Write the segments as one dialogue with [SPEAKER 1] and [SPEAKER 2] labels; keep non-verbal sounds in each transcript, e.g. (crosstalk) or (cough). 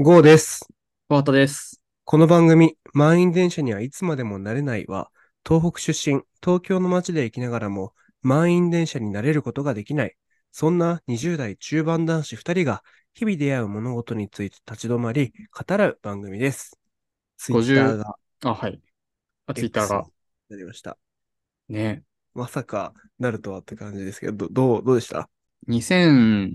[SPEAKER 1] GO です。
[SPEAKER 2] 小畑です。
[SPEAKER 1] この番組、満員電車にはいつまでもなれないは、東北出身、東京の街で生きながらも、満員電車になれることができない。そんな20代中盤男子2人が、日々出会う物事について立ち止まり、語らう番組です。ツイ
[SPEAKER 2] 50
[SPEAKER 1] ッターが、
[SPEAKER 2] あ、はい。あ、ツイッター
[SPEAKER 1] X
[SPEAKER 2] が
[SPEAKER 1] に。なりました。
[SPEAKER 2] ね。
[SPEAKER 1] まさか、なるとはって感じですけど、どどう、どうでした
[SPEAKER 2] 2010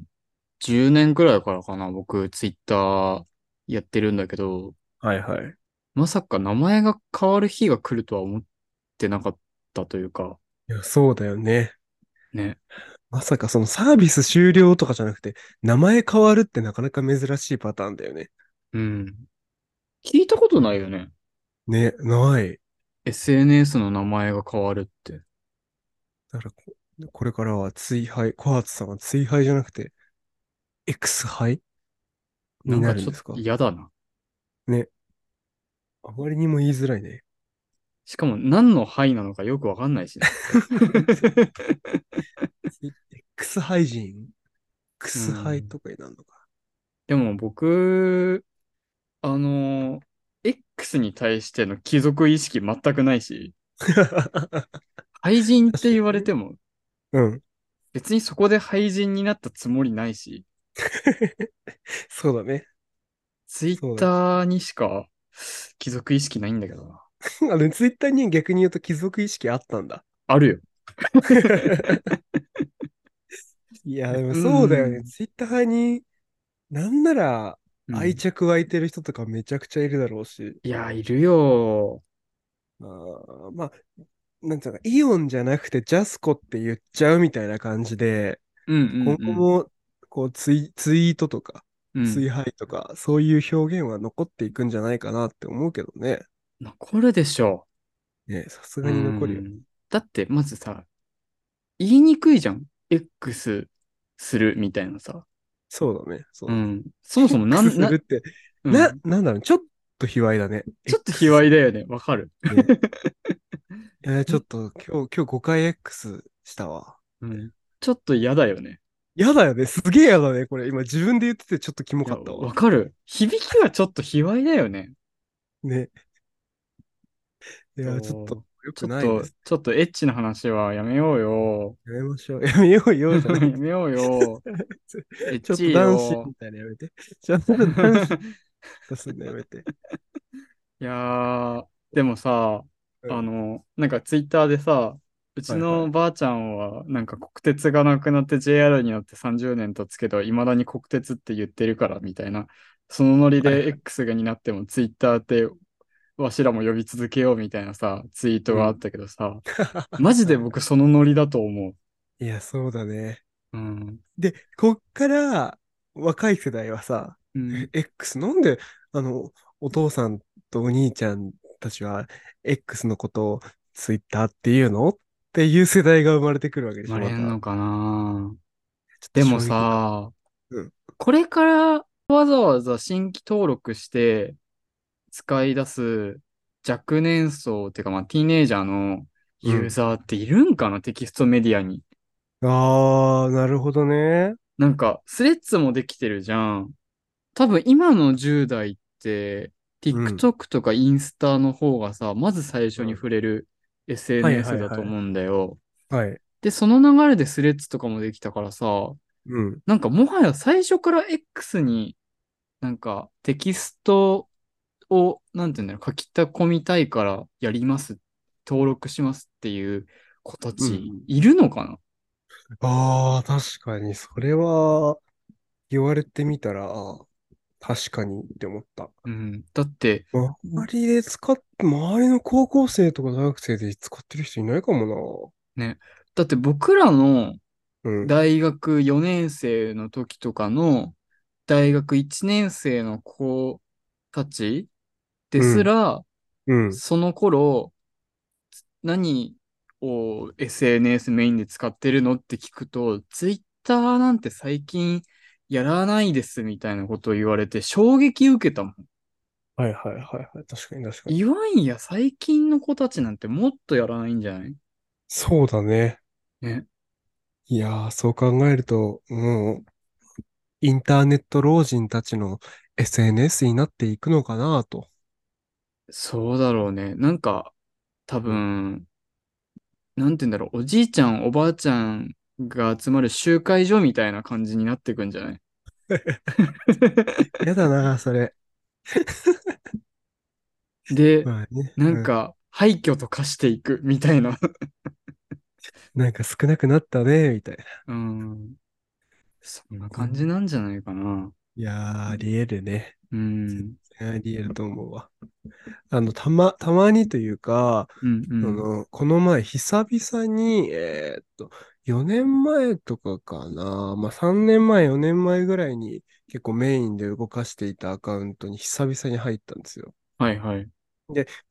[SPEAKER 2] 年くらいからかな、僕、ツイッターやってるんだけど、
[SPEAKER 1] はいはい。
[SPEAKER 2] まさか名前が変わる日が来るとは思ってなかったというか、
[SPEAKER 1] いや、そうだよね。
[SPEAKER 2] ね。
[SPEAKER 1] まさかそのサービス終了とかじゃなくて、名前変わるってなかなか珍しいパターンだよね。
[SPEAKER 2] うん。聞いたことないよね。
[SPEAKER 1] ね、ない。
[SPEAKER 2] SNS の名前が変わるって。
[SPEAKER 1] だからこ、これからは追廃、コハツさんは追廃じゃなくて、X 廃
[SPEAKER 2] な
[SPEAKER 1] に
[SPEAKER 2] ん
[SPEAKER 1] な
[SPEAKER 2] か
[SPEAKER 1] るん
[SPEAKER 2] ちょ
[SPEAKER 1] で
[SPEAKER 2] っ
[SPEAKER 1] すか
[SPEAKER 2] と嫌だな。
[SPEAKER 1] あまりにも言いづらいね。
[SPEAKER 2] しかも何の範囲なのかよくわかんないし (laughs) ね。
[SPEAKER 1] X 廃人 ?X 廃とかになるのか。
[SPEAKER 2] でも僕、あの、X に対しての貴族意識全くないし、廃人って言われても、
[SPEAKER 1] (laughs) うん。
[SPEAKER 2] 別にそこで廃人になったつもりないし、
[SPEAKER 1] そうだね。
[SPEAKER 2] ツイッターにしか貴族意識ないんだけどな。
[SPEAKER 1] あの、ツイッターに逆に言うと貴族意識あったんだ。
[SPEAKER 2] あるよ。
[SPEAKER 1] いや、でもそうだよ
[SPEAKER 2] う
[SPEAKER 1] ね。
[SPEAKER 2] ん
[SPEAKER 1] ツイッター派に、なんなら
[SPEAKER 2] うん
[SPEAKER 1] 愛着湧いてる人とかめちゃくちゃいるだろうし。
[SPEAKER 2] いや、いるよ。
[SPEAKER 1] あーまあ、なんていうのか、イオンじゃなくてジャスコって言っちゃうみたいな感じで、
[SPEAKER 2] うんうん、うん。
[SPEAKER 1] 今後もこうツイ、ツイートとか、
[SPEAKER 2] うん
[SPEAKER 1] ツイハイとか、そういう表現は残っていくんじゃないかなって思うけどね。
[SPEAKER 2] 残るでしょ
[SPEAKER 1] ね、さす
[SPEAKER 2] う。
[SPEAKER 1] がに残るよ
[SPEAKER 2] う
[SPEAKER 1] ね。
[SPEAKER 2] んだって、まずさ、言いにくいじゃん。X するみたいなさ。
[SPEAKER 1] そうだね。そうう。
[SPEAKER 2] ん。そもそもなん
[SPEAKER 1] X するって、な
[SPEAKER 2] なうん、
[SPEAKER 1] なんだろう、ちょっと卑猥だね。
[SPEAKER 2] (laughs) ちょっと卑猥だよね。わかる。
[SPEAKER 1] (laughs) えーちょっと今日、今日5回 X したわ。
[SPEAKER 2] うんちょっと嫌だよね。
[SPEAKER 1] やだよね。すげえやだね。これ今自分で言っててちょっとキモかった
[SPEAKER 2] いや
[SPEAKER 1] わ。
[SPEAKER 2] わかる。響きはちょっと卑猥だよね。
[SPEAKER 1] ね。い
[SPEAKER 2] い
[SPEAKER 1] や、ちょっと良
[SPEAKER 2] ち
[SPEAKER 1] く
[SPEAKER 2] ょっ
[SPEAKER 1] ない
[SPEAKER 2] と
[SPEAKER 1] です。、
[SPEAKER 2] ちょっとエッチな話はやめようよ。
[SPEAKER 1] やめましょう。やめようよ、じゃな
[SPEAKER 2] や
[SPEAKER 1] くて
[SPEAKER 2] めよう
[SPEAKER 1] (laughs)
[SPEAKER 2] よ。エッ
[SPEAKER 1] ちょっと
[SPEAKER 2] チ
[SPEAKER 1] 男子
[SPEAKER 2] よ
[SPEAKER 1] み。たいなのやめて。ちょっと
[SPEAKER 2] (laughs)
[SPEAKER 1] 男子とすんのやめて。
[SPEAKER 2] いやー、でもさ、
[SPEAKER 1] うん
[SPEAKER 2] あの、なんかツイッターでさ、うち
[SPEAKER 1] はいは
[SPEAKER 2] のばあちゃんは、なんか国鉄がなくなって JR になって30年経つけど、いまだに国鉄って言ってるからみたいな、そのノリ
[SPEAKER 1] はいは
[SPEAKER 2] で
[SPEAKER 1] い
[SPEAKER 2] X がになってもツイッターってわしらも呼び続けようみたいなさ、ツイートがあったけどさ、マジで僕そのノリだと思
[SPEAKER 1] (laughs) いや、そうだね。
[SPEAKER 2] う。うん。
[SPEAKER 1] で、こっから若い世代はさ、 (laughs)
[SPEAKER 2] うん、
[SPEAKER 1] X なんで、あの、お父さんとお兄ちゃんたちは X のことを Twitter っていうのっていう世代が生まれてくるわけでし
[SPEAKER 2] 生
[SPEAKER 1] ょ。
[SPEAKER 2] まれんの
[SPEAKER 1] ま
[SPEAKER 2] かな
[SPEAKER 1] た
[SPEAKER 2] でも、さ、
[SPEAKER 1] うん
[SPEAKER 2] これからわざわざ新規登録して使い出す若年層っていうか、まあ、ティーネイジャーのユーザーっているんかな、テキストメディア
[SPEAKER 1] ち
[SPEAKER 2] に。
[SPEAKER 1] ょっと衝撃だああ、なるほどね。
[SPEAKER 2] なんか、スレッズもできてるじゃん。多分今の10代って、
[SPEAKER 1] ん
[SPEAKER 2] TikTok とかインスタの方がさ、まず最初に触れる
[SPEAKER 1] は
[SPEAKER 2] SNS
[SPEAKER 1] いはい
[SPEAKER 2] だと思うんだよ。
[SPEAKER 1] はい。
[SPEAKER 2] で、その流れでスレッズとかもできたからさ、
[SPEAKER 1] うん。
[SPEAKER 2] なんかもはや最初から X になんかテキストをなんていうんだろう書き込みたいからやります登録しますっていう子た
[SPEAKER 1] うんう
[SPEAKER 2] ち
[SPEAKER 1] ん
[SPEAKER 2] いるのかな、
[SPEAKER 1] ああ、確かに、それは、言われてみたら、あー確かにって思った。
[SPEAKER 2] うんだって
[SPEAKER 1] 周りで使っ、周りの高校生とか大学生で使ってる人いないかも
[SPEAKER 2] だって僕らの
[SPEAKER 1] な。うん。
[SPEAKER 2] 大学4年生の時とかの大学1年生の子たちですら、
[SPEAKER 1] うん。
[SPEAKER 2] その頃、つ何を SNS メインで使ってるのって聞くと、ツイッターなんて最近やらないですみたいなことを言われて衝撃受けたもん。
[SPEAKER 1] はいはいはいはい。確かに確かに。
[SPEAKER 2] いわんや最近の子たちなんてもっとやらないんじゃない
[SPEAKER 1] そうだね。
[SPEAKER 2] ね。
[SPEAKER 1] いやー、そう考えると、もう、インターネット老人たちの SNS になっていくのかなと。
[SPEAKER 2] そうだろうね。なんか、多分、なんて言うんだろう。おじいちゃん、おばあちゃんが集まる集会所みたいな感じになってくんじゃない
[SPEAKER 1] やだ
[SPEAKER 2] (laughs)
[SPEAKER 1] な、それ。
[SPEAKER 2] で、
[SPEAKER 1] まあね。
[SPEAKER 2] なんか、廃墟と化していくみたいな。
[SPEAKER 1] うん、なんか少なくなったね、みたいな。
[SPEAKER 2] うん。そんな感じなんじゃないかな。
[SPEAKER 1] いやー、ありえるね。
[SPEAKER 2] うん。
[SPEAKER 1] ありえると思うわ。あの、たま、たまにというか、
[SPEAKER 2] うんう
[SPEAKER 1] そ
[SPEAKER 2] ん。
[SPEAKER 1] の、この前、久々に、えーっと、4年前とかかな、まあ3年前、4年前ぐらいに結構メインで動かしていたアカウントに久々に入ったんですよ。
[SPEAKER 2] はいはい。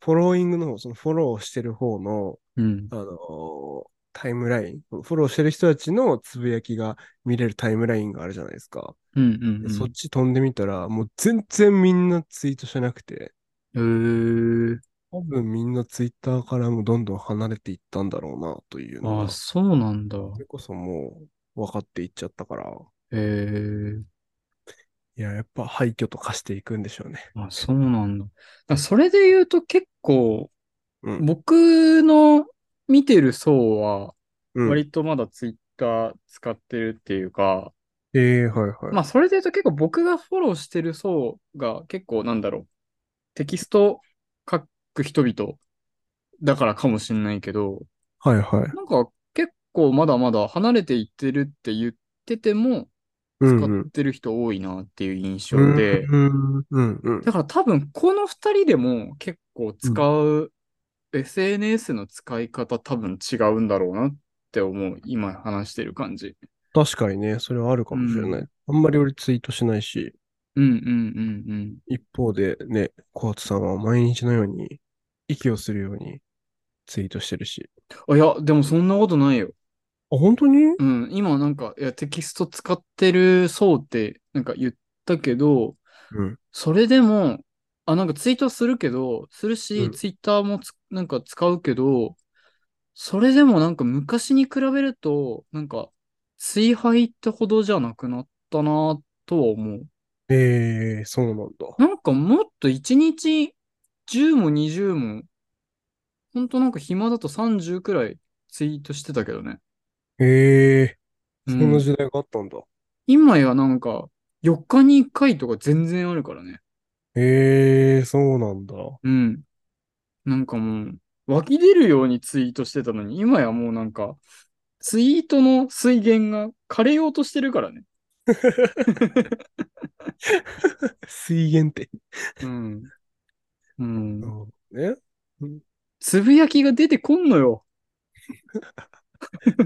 [SPEAKER 1] フォローイングの方、そのフォローしてる方の、
[SPEAKER 2] うん。
[SPEAKER 1] あのータイムライン、フォローしてる人たちのつぶやきが見れるタイムラインがあるじゃないですか。
[SPEAKER 2] うんうん、
[SPEAKER 1] で
[SPEAKER 2] うん。
[SPEAKER 1] そっち飛んでみたら、もう全然みんなツイートしてなくて、
[SPEAKER 2] えー。
[SPEAKER 1] 多分みんなツイッターからもどんどん離れていったんだろうな、というの
[SPEAKER 2] あ
[SPEAKER 1] が
[SPEAKER 2] あ、そうなんだ。
[SPEAKER 1] それこそもう分かっていっちゃったから、
[SPEAKER 2] えー。
[SPEAKER 1] いや、やっぱ廃墟と化していくんでしょうね。
[SPEAKER 2] あ、そうなんだ。だからそれで言うと結構、
[SPEAKER 1] うん
[SPEAKER 2] 僕の見てる層は、
[SPEAKER 1] うん。
[SPEAKER 2] 割とまだツイッター使ってるっていうか、
[SPEAKER 1] ええはいはい。
[SPEAKER 2] まあそれで言うと結構僕がフォローしてる層が結構なんだろう、テキスト書く人々だからかもしれないけど、
[SPEAKER 1] はいはい。
[SPEAKER 2] なんか結構まだまだ離れていってるって言ってても、
[SPEAKER 1] うんう
[SPEAKER 2] 使っ
[SPEAKER 1] ん。
[SPEAKER 2] てる人多いなっていう印
[SPEAKER 1] う
[SPEAKER 2] 象
[SPEAKER 1] ん
[SPEAKER 2] で、
[SPEAKER 1] うんうんうん。
[SPEAKER 2] だから多分この二人でも結構使う、SNS の使い方多分違うんだろうなって思う。今話してる感じ。
[SPEAKER 1] 確かにね、それはあるかもしれない。
[SPEAKER 2] う
[SPEAKER 1] あんまり俺ツイートしないし、
[SPEAKER 2] うんうんうんうん。
[SPEAKER 1] 一方でね、小松さんは毎日のように息をするようにツイートしてるし。
[SPEAKER 2] あ、いや、でもそんなことないよ。
[SPEAKER 1] あ、本当に
[SPEAKER 2] うん、今なんか、いや、テキスト使ってる層ってなんか言ったけど、
[SPEAKER 1] うん。
[SPEAKER 2] それでも、あ、なんかツイートするけど、するし、
[SPEAKER 1] うん
[SPEAKER 2] ツイッターもつなんか使うけど、それでもなんか昔に比べると、なんか、追廃ってほどじゃなくなったなとは思う。
[SPEAKER 1] ええそうなんだ。
[SPEAKER 2] なんかもっと1日10も20も、ほんとなんか暇だと30くらいツイートしてたけどね。
[SPEAKER 1] ええ
[SPEAKER 2] う
[SPEAKER 1] そ
[SPEAKER 2] ん
[SPEAKER 1] んな時代があったんだ。
[SPEAKER 2] 今やなんか4日に1回とか全然あるからね。
[SPEAKER 1] ええそうなんだ。
[SPEAKER 2] うん。なんかもう、湧き出るようにツイートしてたのに、今やもうなんか、ツイートの水源が枯れようとしてるからね。
[SPEAKER 1] 水源って。
[SPEAKER 2] うん。うん。
[SPEAKER 1] ね。
[SPEAKER 2] つぶやきが出てこんのよ。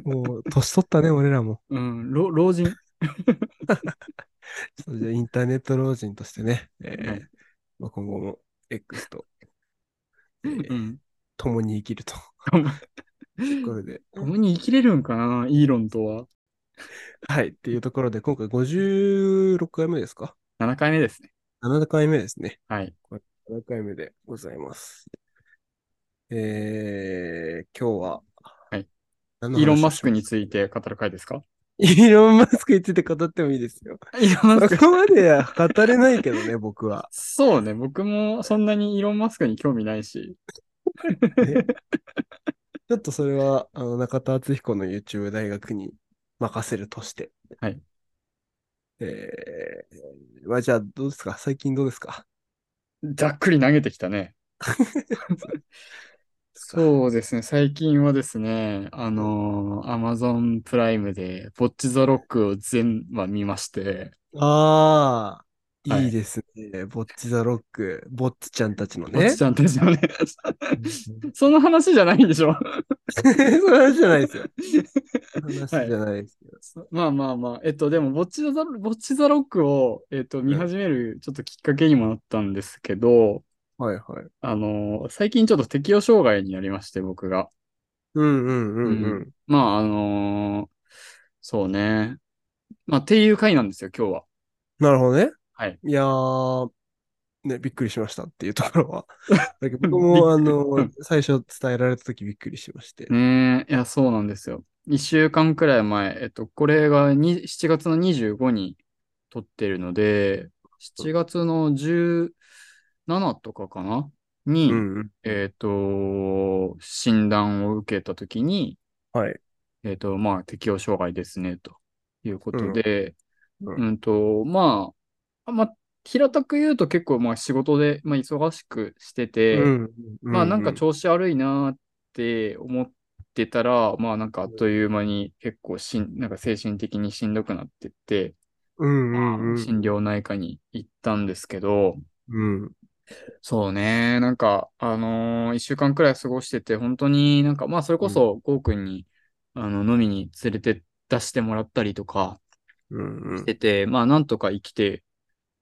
[SPEAKER 1] もう、年取ったね、俺らも。
[SPEAKER 2] うん。老老人。
[SPEAKER 1] そうじゃあインターネット老人としてね、えー
[SPEAKER 2] はい
[SPEAKER 1] まあ、今後も X と、えー
[SPEAKER 2] うん。
[SPEAKER 1] 共に生きる
[SPEAKER 2] (laughs)
[SPEAKER 1] と。これで。
[SPEAKER 2] 共に生きれるんかな、イーロンとは。
[SPEAKER 1] はい。っていうところで、今回56回目ですか
[SPEAKER 2] 7回目ですね。
[SPEAKER 1] ?7 回目ですね。
[SPEAKER 2] はい。
[SPEAKER 1] 7回目でございます。えー、今日は、
[SPEAKER 2] はい
[SPEAKER 1] 何の話をしましょう。
[SPEAKER 2] イーロン・マスクについて語る回ですか
[SPEAKER 1] イーロン・マスクについて語ってもいいですよ。
[SPEAKER 2] イーロン・マ
[SPEAKER 1] そ
[SPEAKER 2] ス
[SPEAKER 1] (laughs)
[SPEAKER 2] ク。
[SPEAKER 1] こまでは語れないけどね、僕は。
[SPEAKER 2] そうね。僕もそんなにイーロン・マスクに興味ないし。
[SPEAKER 1] (laughs) ちょっとそれは、あの、中田敦彦の YouTube 大学に任せるとして。
[SPEAKER 2] はい。
[SPEAKER 1] えー、まあ、じゃあ、どうですか最近どうですか
[SPEAKER 2] ざっくり投げてき
[SPEAKER 1] (laughs)
[SPEAKER 2] たね。そうですね。最近はですね、あのー、Amazon プライムで、ボッチザロックを全話見まして、
[SPEAKER 1] ああ、
[SPEAKER 2] はい
[SPEAKER 1] いいですね。ボッチザロック、ボッチちゃんたちの
[SPEAKER 2] ボッ
[SPEAKER 1] ね
[SPEAKER 2] チ。ちゃんですよね。
[SPEAKER 1] うん
[SPEAKER 2] その話じゃないんでしょ
[SPEAKER 1] (laughs) その話じゃないですよ。話じゃないですよ。
[SPEAKER 2] まあまあまあ。えっと、でも、ボッチザロ、ボッチザロックを、えっと、見始める、ちょっときっかけにもなったんですけど、
[SPEAKER 1] はいはい。
[SPEAKER 2] あのー、最近ちょっと適応障害になりまして、僕が。
[SPEAKER 1] うんうんうんう。
[SPEAKER 2] うんまあ、あのーそうね。まあ、っていう回なんですよ、今日は。
[SPEAKER 1] なるほどね。
[SPEAKER 2] はい。
[SPEAKER 1] いやー、ね、びっくりしましたっていうところ
[SPEAKER 2] (laughs)
[SPEAKER 1] は。だけど僕
[SPEAKER 2] びっく
[SPEAKER 1] も、
[SPEAKER 2] り
[SPEAKER 1] あ
[SPEAKER 2] う
[SPEAKER 1] の
[SPEAKER 2] ん、
[SPEAKER 1] 最初伝えられたときびっくりしまして。
[SPEAKER 2] ねえ、いや、そうなんですよ。一週間くらい前、えっと、これがに7月の25に撮ってるので、7月の17とかかなに、
[SPEAKER 1] うんうん。
[SPEAKER 2] えっ、と、診断を受けたときに、
[SPEAKER 1] はい。
[SPEAKER 2] えっ、と、まあ、適応障害ですね、ということで、
[SPEAKER 1] う
[SPEAKER 2] うんん、と、まあ、まあ、平たく言うと結構、まあ、仕事で、まあ、忙しくしてて、
[SPEAKER 1] うん
[SPEAKER 2] まあ、なんか
[SPEAKER 1] ょ
[SPEAKER 2] 調子悪いなーって思ってたら、まあ、なんかあっという間に結構しん、なんか精神的にしんどくなってって、
[SPEAKER 1] うんう
[SPEAKER 2] まあ
[SPEAKER 1] んうん。
[SPEAKER 2] 心療内科に行ったんですけど、
[SPEAKER 1] うん。
[SPEAKER 2] そうね。なんか、あのー一週間くらい過ごしてて、本当になんか、まあ、それこそ、ゴーくんに、あの、飲みに連れて出してもらったりとか
[SPEAKER 1] うんうん
[SPEAKER 2] してて、まあ、なんとか生きて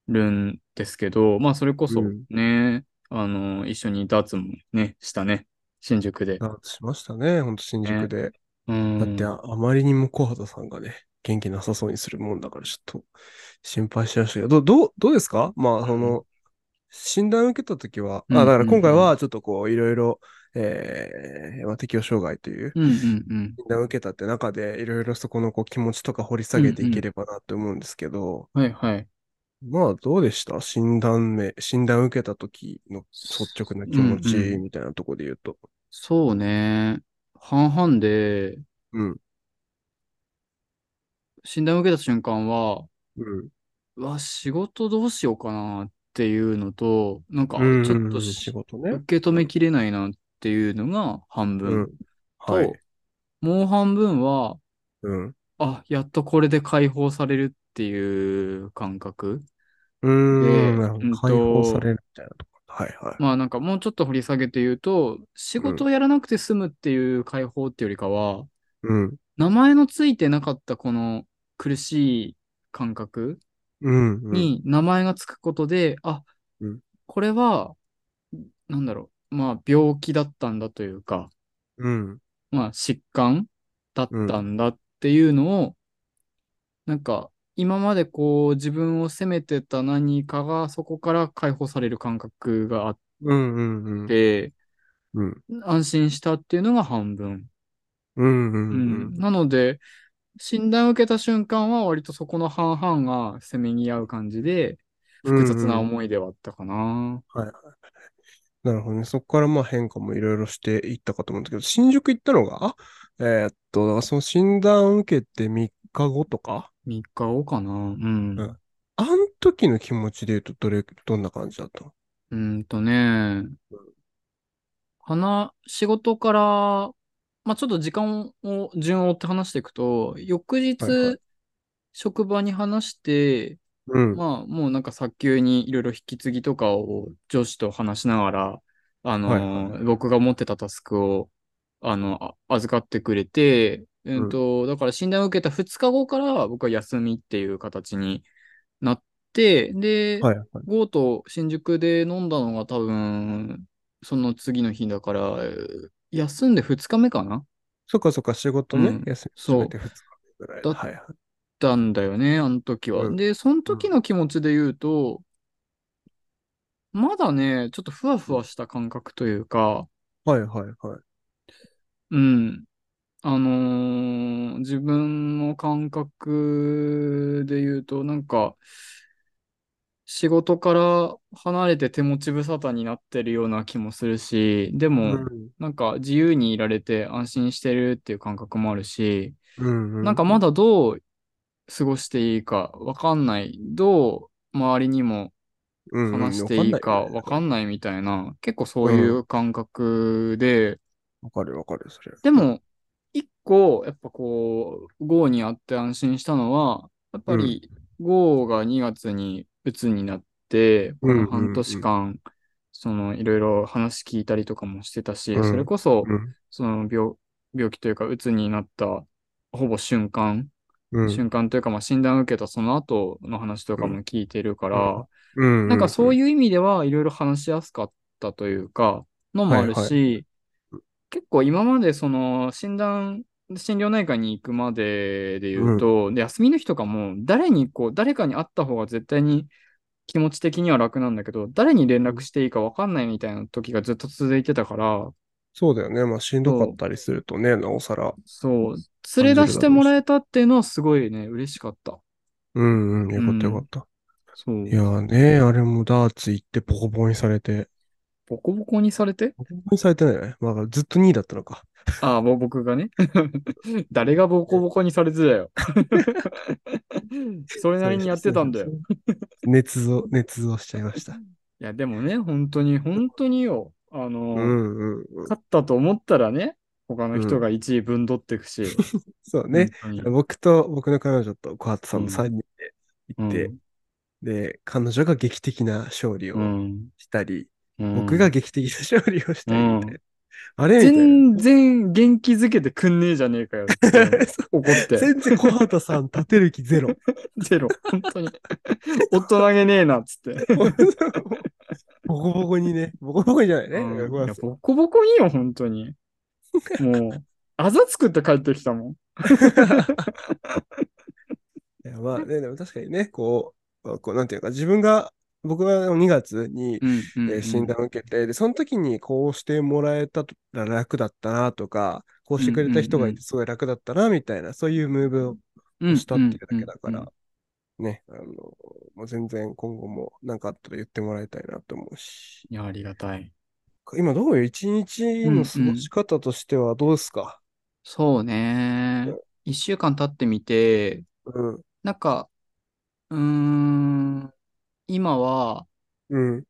[SPEAKER 2] るんですけど、まあ、それこそ
[SPEAKER 1] うん
[SPEAKER 2] ね、あのー一緒にダーツもね、したね。新宿で。
[SPEAKER 1] あしましたね、ほんと新宿で。
[SPEAKER 2] うん。
[SPEAKER 1] だってあ、あまりにも小畑さんがね、元気なさそうにするもんだから、ちょっと心配しましたけど、どう、どうですかまあ、その、診断受けたときは、
[SPEAKER 2] うん
[SPEAKER 1] あ、だから今回はちょっとこう、いろいろ、えーまあ、適応障害という
[SPEAKER 2] うんうんうん。
[SPEAKER 1] 診断受けたって中で、いろいろそこのこう気持ちとか掘り下げていければなと思うんですけど、
[SPEAKER 2] はいはい。
[SPEAKER 1] まあ、どうでした診断名、診断受けたときの率直な気持ち
[SPEAKER 2] うんうん
[SPEAKER 1] みたいなところで言うと。
[SPEAKER 2] そうね。半々で、
[SPEAKER 1] うん。
[SPEAKER 2] 診断を受けた瞬間は、
[SPEAKER 1] うん。
[SPEAKER 2] うわ、仕事どうしようかなっていうのと、なんか、
[SPEAKER 1] うん
[SPEAKER 2] ちょっとし
[SPEAKER 1] 仕事ね。
[SPEAKER 2] 受け止めきれないなっていうのが
[SPEAKER 1] う
[SPEAKER 2] 半分
[SPEAKER 1] ん。
[SPEAKER 2] と、
[SPEAKER 1] はい。
[SPEAKER 2] もう半分は、
[SPEAKER 1] うん。
[SPEAKER 2] あ、やっとこれで解放されるっていう感覚。
[SPEAKER 1] うーん、なるほ
[SPEAKER 2] うん
[SPEAKER 1] ど。
[SPEAKER 2] と
[SPEAKER 1] 解放されるみたいなとこ。はいはい。
[SPEAKER 2] まあなんかもうちょっと掘り下げて言うと、仕事をやらなくて済むっていう解放っていうよりかは、
[SPEAKER 1] うん。
[SPEAKER 2] 名前のついてなかったこの苦しい感覚
[SPEAKER 1] うん、うん。
[SPEAKER 2] に名前がつくことで、あ
[SPEAKER 1] うん、
[SPEAKER 2] これは、なんだろう、まあ病気だったんだというか、
[SPEAKER 1] うん。
[SPEAKER 2] まあ疾患だったんだっていうのを、なんか今までこう自分を責めてた何かがそこから解放される感覚があっ
[SPEAKER 1] うん、うん、うん。
[SPEAKER 2] て、
[SPEAKER 1] うん、
[SPEAKER 2] 安心したっていうのが半分。
[SPEAKER 1] うん、う
[SPEAKER 2] うんん、なので、診断を受けた瞬間は割とそこの半々がせめぎ合う感じで、
[SPEAKER 1] うん。
[SPEAKER 2] 複雑な
[SPEAKER 1] うんうん
[SPEAKER 2] 思いではあったかな。
[SPEAKER 1] なるほどね。そこからまあ変化もいろいろしていったかと思うんだけど、新宿行ったのが、えーっと、だからその診断受けて3日後とか、
[SPEAKER 2] 3日後かな。うん。
[SPEAKER 1] うんあん時の気持ちで言うと、どれ、どんな感じだったの
[SPEAKER 2] うーんとね、話、仕事から、まあ、ちょっと時間を、順を追って話していくと、翌日、
[SPEAKER 1] はいは
[SPEAKER 2] 職場に話して、
[SPEAKER 1] うん。
[SPEAKER 2] まあ、もうなんか早急にいろいろ引き継ぎとかを上司と話しながら、あの
[SPEAKER 1] はい
[SPEAKER 2] 僕が持ってたタスクを、あの、あ預かってくれて、
[SPEAKER 1] ん
[SPEAKER 2] うんと、だから診断を受けた2日後から僕は休みっていう形になって、で、
[SPEAKER 1] はいはい。
[SPEAKER 2] ゴーと新宿で飲んだのが多分、その次の日だから、えー休んで2日目かな
[SPEAKER 1] そっかそっか、仕事ね、
[SPEAKER 2] うん
[SPEAKER 1] 休み
[SPEAKER 2] そう
[SPEAKER 1] 始めて2日目ぐらいで。
[SPEAKER 2] だ
[SPEAKER 1] はいはい。
[SPEAKER 2] ったんだよね、あの時は。
[SPEAKER 1] うん
[SPEAKER 2] で、その時の気持ちで言うと、まだね、ちょっとふわふわした感覚というか、
[SPEAKER 1] はいはいはい。
[SPEAKER 2] うん。あのー自分の感覚で言うと、なんか、仕事から離れて手持ち無沙汰になってるような気もするし、で
[SPEAKER 1] う
[SPEAKER 2] も、
[SPEAKER 1] ん。
[SPEAKER 2] なんか自由にいられて安心してるっていう感覚もあるし、
[SPEAKER 1] うん、うん。
[SPEAKER 2] なんかまだどう過ごしていいかわかんない、どう周りにも
[SPEAKER 1] うんうん、
[SPEAKER 2] 話していい
[SPEAKER 1] わ
[SPEAKER 2] か
[SPEAKER 1] かんないよ
[SPEAKER 2] わ
[SPEAKER 1] ね
[SPEAKER 2] かんないみたいな、結構そういう感覚で、
[SPEAKER 1] わかるわかる、それ。
[SPEAKER 2] でも、一個、やっぱこう、GO にあって安心したのは、やっぱり GO が2月に鬱になって、こ
[SPEAKER 1] うんうんう
[SPEAKER 2] の
[SPEAKER 1] ん
[SPEAKER 2] 半年間、そのいろいろ話聞いたりとかもしてたし、
[SPEAKER 1] うん
[SPEAKER 2] それこそ、
[SPEAKER 1] うん
[SPEAKER 2] その病、病気というか、鬱になった、ほぼ瞬間、
[SPEAKER 1] うん
[SPEAKER 2] 瞬間というか、まあ、診断を受けたその後の話とかも聞いてるから、
[SPEAKER 1] うん。
[SPEAKER 2] なんかそう
[SPEAKER 1] い
[SPEAKER 2] いう意味ではいろいろ話しやすかったというか、のもあるし、結構今までその診断、診療内科に行くまでで言うと、で休みの日とかも誰にこう、誰かに会った方が絶対に気持ち的には楽なんだけど、誰に連絡していいか分かんないみたいな時がずっと続いてたから、
[SPEAKER 1] そうだよね。まあしんどかったりするとね、なおさら。
[SPEAKER 2] そう、連れ出してもらえたっていうのはすごいね、嬉しかった。
[SPEAKER 1] うんうん、よかったよかった。
[SPEAKER 2] そう
[SPEAKER 1] い。やーね、あれもダーツ行ってボコボコにされて、
[SPEAKER 2] ボコボコにされて
[SPEAKER 1] ボコボコにされてないよね。まあずっと2位だったのか。
[SPEAKER 2] ああ、もう僕がね。 (laughs) 誰がボコボコにされてたよ。 (laughs) それなりにやってたんだよ。。
[SPEAKER 1] 捏造、捏造しちゃいました。
[SPEAKER 2] いや、でもね、本当に、本当によ。あの、
[SPEAKER 1] うんうんうん。
[SPEAKER 2] 勝ったと思ったらね、他の人が1位分取っていくし。
[SPEAKER 1] そう (laughs) ね。
[SPEAKER 2] 本当に
[SPEAKER 1] 僕と僕の彼女と小畑さんの3人で行って、で、彼女が劇的な勝利
[SPEAKER 2] う
[SPEAKER 1] を
[SPEAKER 2] ん
[SPEAKER 1] したり、
[SPEAKER 2] うん
[SPEAKER 1] 僕が劇的な勝利をしたりみたいな。
[SPEAKER 2] うん
[SPEAKER 1] あれみたいな。
[SPEAKER 2] 全然元気づけてくんねえじゃねえかよって
[SPEAKER 1] (laughs)
[SPEAKER 2] 怒って。
[SPEAKER 1] 全然小畑さん立てる気ゼ
[SPEAKER 2] (laughs)
[SPEAKER 1] ロ。 (laughs)
[SPEAKER 2] ゼロ。本当に。大人げねえなっつって。
[SPEAKER 1] ボコボコにね、ボコボコにじゃないね。
[SPEAKER 2] うん
[SPEAKER 1] ごめん
[SPEAKER 2] いや
[SPEAKER 1] なさい
[SPEAKER 2] ボコボコいいよ、本当に。もう、 (laughs) あざ作って帰ってきたもん。
[SPEAKER 1] (laughs) いやまあね、でも確かにね、こう、まあこうなんていうか、自分が、僕は2月に、
[SPEAKER 2] うんうん
[SPEAKER 1] え
[SPEAKER 2] う
[SPEAKER 1] ー
[SPEAKER 2] ん
[SPEAKER 1] 診断を受けて、で、その時にこうしてもらえたら楽だったなとか、こうしてくれた人が
[SPEAKER 2] うんう
[SPEAKER 1] い
[SPEAKER 2] ん
[SPEAKER 1] うてすごい楽だったなみたいな、そういうムーブをしたっていうだけだか。
[SPEAKER 2] うんうんうん
[SPEAKER 1] ら、ね、あの、もう全然今後も何かあったら言ってもらいたいなと思うし、
[SPEAKER 2] いや、ありがたい。
[SPEAKER 1] 今どういう一日の過ごし方としてはどうですか
[SPEAKER 2] そうね。一週間経ってみて、
[SPEAKER 1] うん、
[SPEAKER 2] なんか、うーん、今は、
[SPEAKER 1] うん、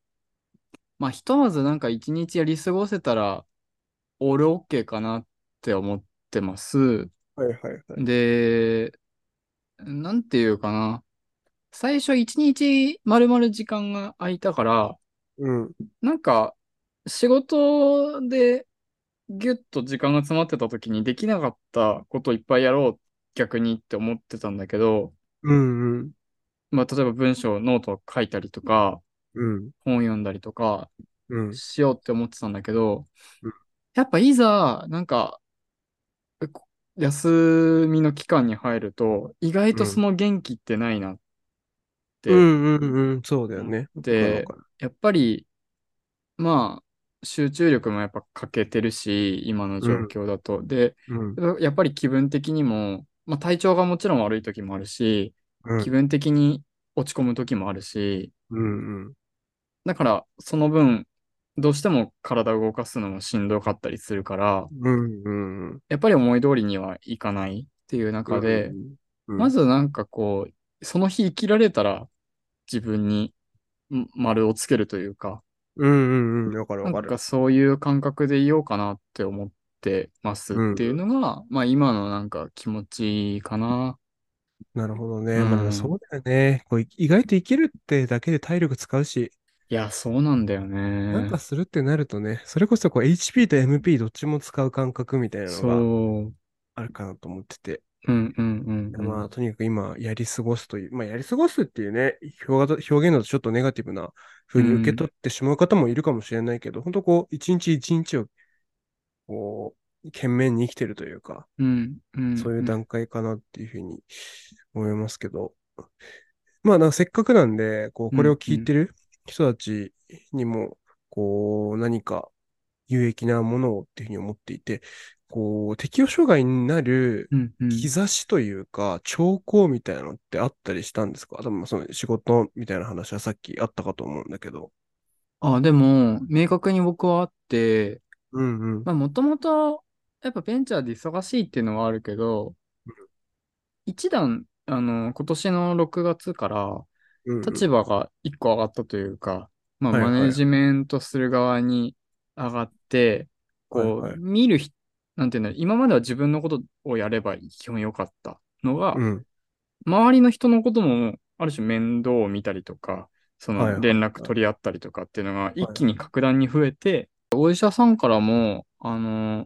[SPEAKER 2] まあ、ひとまずなんか一日やり過ごせたら、俺 OK かなって思ってます。
[SPEAKER 1] はいはいはい。
[SPEAKER 2] で、なんていうかな。最初一日丸々時間が空いたから、
[SPEAKER 1] うん、
[SPEAKER 2] なんか仕事でギュッと時間が詰まってた時にできなかったこといっぱいやろう逆にって思ってたんだけど、
[SPEAKER 1] うん、うん、
[SPEAKER 2] まあ例えば文章ノート書いたりとか、
[SPEAKER 1] うん、
[SPEAKER 2] 本読んだりとか
[SPEAKER 1] うん、
[SPEAKER 2] しようって思ってたんだけど
[SPEAKER 1] うん、
[SPEAKER 2] やっぱいざ、なんか、こ休みの期間に入ると、意外とその元気ってないなって、
[SPEAKER 1] うん、うん、うん、そうだよね。
[SPEAKER 2] で
[SPEAKER 1] わかるわか
[SPEAKER 2] やっぱり、まあ、集中力もやっぱ欠けてるし、今の状況だと。で、
[SPEAKER 1] るうん
[SPEAKER 2] やっぱり気分的にも、まあ体調がもちろん悪い時もあるし、
[SPEAKER 1] うん
[SPEAKER 2] 気分的に落ち込む時もあるし、
[SPEAKER 1] うん、うん、
[SPEAKER 2] だから、その分、どうしても体を動かすのもしんどかったりするから、
[SPEAKER 1] うん、うん、うん。
[SPEAKER 2] やっぱり思い通りにはいかないっていう中で、
[SPEAKER 1] うん、
[SPEAKER 2] まずなんかこう、その日生きられたら自分にん丸をつけるというか、
[SPEAKER 1] うん、うん、うん、わかる
[SPEAKER 2] な
[SPEAKER 1] わか
[SPEAKER 2] ん
[SPEAKER 1] る。
[SPEAKER 2] かそういう感覚でいようかなって思ってます
[SPEAKER 1] うん
[SPEAKER 2] っていうのが、まあ今のなんか気持ちかな。
[SPEAKER 1] なるほどね。
[SPEAKER 2] うん
[SPEAKER 1] まあでもそうだよね。こうい意外といけるってだけで体力使うし、
[SPEAKER 2] いや、そうなんだよ
[SPEAKER 1] なん
[SPEAKER 2] ね
[SPEAKER 1] か。するってなるとね、それこそこう HP と MP どっちも使う感覚みたいな
[SPEAKER 2] そう。
[SPEAKER 1] のが
[SPEAKER 2] うん
[SPEAKER 1] あるかなと思ってて。
[SPEAKER 2] うんうんうん。
[SPEAKER 1] まあとにかく今やり過ごすという、まあやり過ごすっていうね、表現表現だとちょっとネガティブな風に受け取ってしまう方もいるかもしれないけど、本当こう一日一日をこう、懸命に生きてるというか、
[SPEAKER 2] うんうん
[SPEAKER 1] そういう
[SPEAKER 2] うん
[SPEAKER 1] 段階かなっていうふうに思いますけど。まあ、なんかせっかくなんで、こう、これを聞いてる人たちにも、こう、何か有益なものをっていうふうに思っていて、こう、適応障害になる
[SPEAKER 2] うんうん
[SPEAKER 1] 兆しというか、兆候みたいなのってあったりしたんですか多分、その仕事みたいな話はさっきあったかと思うんだけど。
[SPEAKER 2] あ、でも、明確に僕はあって、
[SPEAKER 1] うんうん。
[SPEAKER 2] まあ、もともと、やっぱベンチャーで忙しいっていうのはあるけど、一段、あの、今年の6月から、
[SPEAKER 1] うんうん
[SPEAKER 2] 立場が一個上がったというか、まあ、
[SPEAKER 1] はいはい
[SPEAKER 2] マネジメントする側に上がって、こ、
[SPEAKER 1] はいはいう
[SPEAKER 2] 見るひ、なんていうの、今までは自分のことをやれば基本良かったのが、
[SPEAKER 1] うん。
[SPEAKER 2] 周りの人のことも、ある種面倒を見たりとか、そ
[SPEAKER 1] はいは
[SPEAKER 2] の
[SPEAKER 1] い
[SPEAKER 2] 連絡取り合ったりとかっていうのが一気に格段に増えて、お医者さんからも、あのー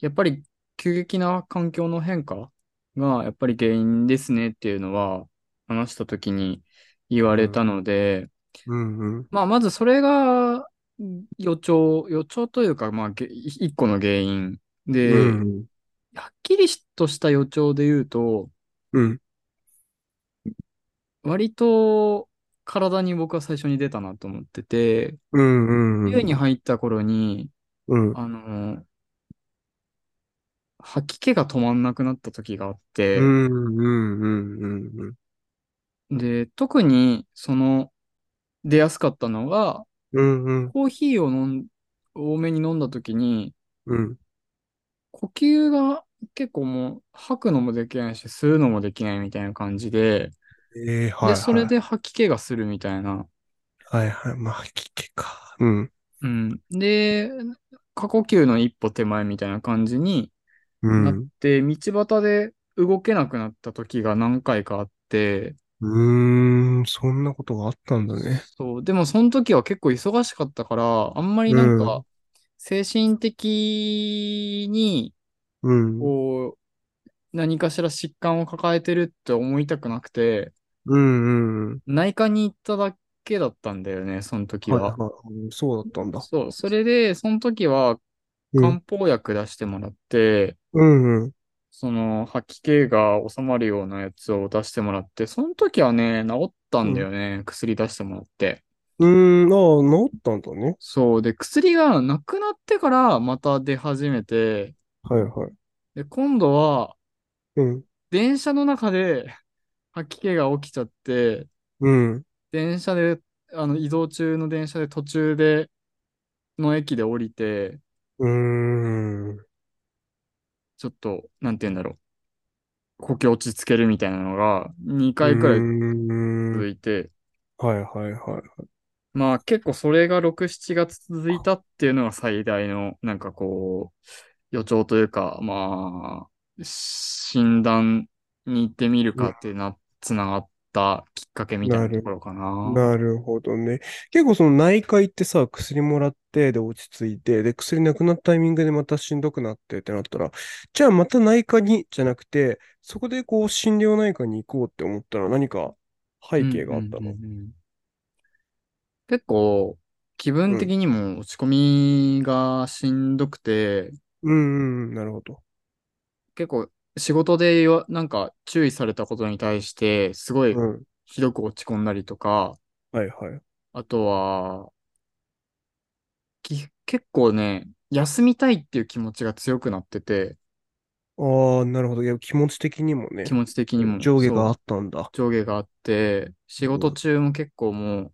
[SPEAKER 2] やっぱり急激な環境の変化がやっぱり原因ですねっていうのは話した時に言われたので、
[SPEAKER 1] うんうん。
[SPEAKER 2] まあまずそれが予兆、予兆というか、まあげ一個の原因で、
[SPEAKER 1] うん
[SPEAKER 2] はっきりとした予兆で言うと、
[SPEAKER 1] うん。
[SPEAKER 2] 割と体に僕は最初に出たなと思ってて、
[SPEAKER 1] うんうんうん。
[SPEAKER 2] 家に入った頃に、
[SPEAKER 1] うん。
[SPEAKER 2] あの、吐き気が止まんなくなった時があって、
[SPEAKER 1] うんうんうんうんうん。
[SPEAKER 2] で、特に、その、出やすかったのが、
[SPEAKER 1] うんうん。
[SPEAKER 2] コーヒーを飲ん、多めに飲んだ時に、
[SPEAKER 1] うん。
[SPEAKER 2] 呼吸が結構もう吐くのもできないし、吸うのもできないみたいな感じで、
[SPEAKER 1] えー、はい、はい。
[SPEAKER 2] で、それ。で吐き気がするみたいな。
[SPEAKER 1] はいはい。まあ、聞けか。うん。
[SPEAKER 2] うん。で、過呼吸の一歩手前みたいな感じに
[SPEAKER 1] う
[SPEAKER 2] なっ
[SPEAKER 1] ん。
[SPEAKER 2] て、道端で動けなくなった時が何回かあって、
[SPEAKER 1] うーん、そんなことがあったんだね。
[SPEAKER 2] そう、でもその時は結構忙しかったから、あんまりなん
[SPEAKER 1] う
[SPEAKER 2] か、精神的に、
[SPEAKER 1] うん。
[SPEAKER 2] こう、何かしら疾患を抱えてるって思いたくなくて、
[SPEAKER 1] うんうん。
[SPEAKER 2] 内科に行っただけだったんだよね、その時
[SPEAKER 1] はい
[SPEAKER 2] は。
[SPEAKER 1] はい。うんそうだったんだ。
[SPEAKER 2] そう、それで、その時は
[SPEAKER 1] うん。
[SPEAKER 2] 漢方薬出してもらって、
[SPEAKER 1] うんうん。
[SPEAKER 2] その吐き気が治まるようなやつを出してもらって、その時はね、治ったんだよね、薬出してもらって。
[SPEAKER 1] うーん、ああ、治ったんだね。
[SPEAKER 2] そう、で、薬がなくなってからまた出始めて、
[SPEAKER 1] はいはい。
[SPEAKER 2] で、今度は
[SPEAKER 1] うん。
[SPEAKER 2] 電車の中で吐き気が起きちゃって、
[SPEAKER 1] うん。
[SPEAKER 2] 電車で、あの移動中の電車で途中での駅で降りて、
[SPEAKER 1] うーん。
[SPEAKER 2] ちょっと、なんて言うんだろう、呼吸落ち着けるみたいなのが2回くら
[SPEAKER 1] う
[SPEAKER 2] い
[SPEAKER 1] ー
[SPEAKER 2] 続
[SPEAKER 1] ん。
[SPEAKER 2] いて、
[SPEAKER 1] はいはいはい。
[SPEAKER 2] まあ結構それが6、7月続いたっていうのが最大の、なんかこう、予兆というか、まあ、診断に行ってみるかってな、つながったきっかけみたいなところかな。
[SPEAKER 1] なるほどね。結構その内科行ってさ、薬もらって、で落ち着いて、で、薬なくなったタイミングでまたしんどくなってってなったら、じゃあまた内科に、じゃなくて、そこでこう心療内科に行こうって思ったら何か背
[SPEAKER 2] うん
[SPEAKER 1] 景があ
[SPEAKER 2] う
[SPEAKER 1] っ
[SPEAKER 2] ん
[SPEAKER 1] た
[SPEAKER 2] うんう
[SPEAKER 1] の
[SPEAKER 2] ん結構、気分的にも落ち込みがしんどくて、
[SPEAKER 1] うんうんうん、なるほど。
[SPEAKER 2] 結構仕事で言わなんか注意されたことに対して、すごい
[SPEAKER 1] うん。
[SPEAKER 2] ひどく落ち込んだりとか、
[SPEAKER 1] はいはい。
[SPEAKER 2] あとは、き結構ね、休みたいっていう気持ちが強くなってて、
[SPEAKER 1] ああ、なるほど。いや、気持ち的にも
[SPEAKER 2] 気
[SPEAKER 1] ね、
[SPEAKER 2] 持ち的にも、
[SPEAKER 1] 上下が
[SPEAKER 2] そ
[SPEAKER 1] あ
[SPEAKER 2] う、
[SPEAKER 1] ったんだ。
[SPEAKER 2] 上下があって、仕
[SPEAKER 1] う
[SPEAKER 2] 事
[SPEAKER 1] ん。
[SPEAKER 2] 中も結構も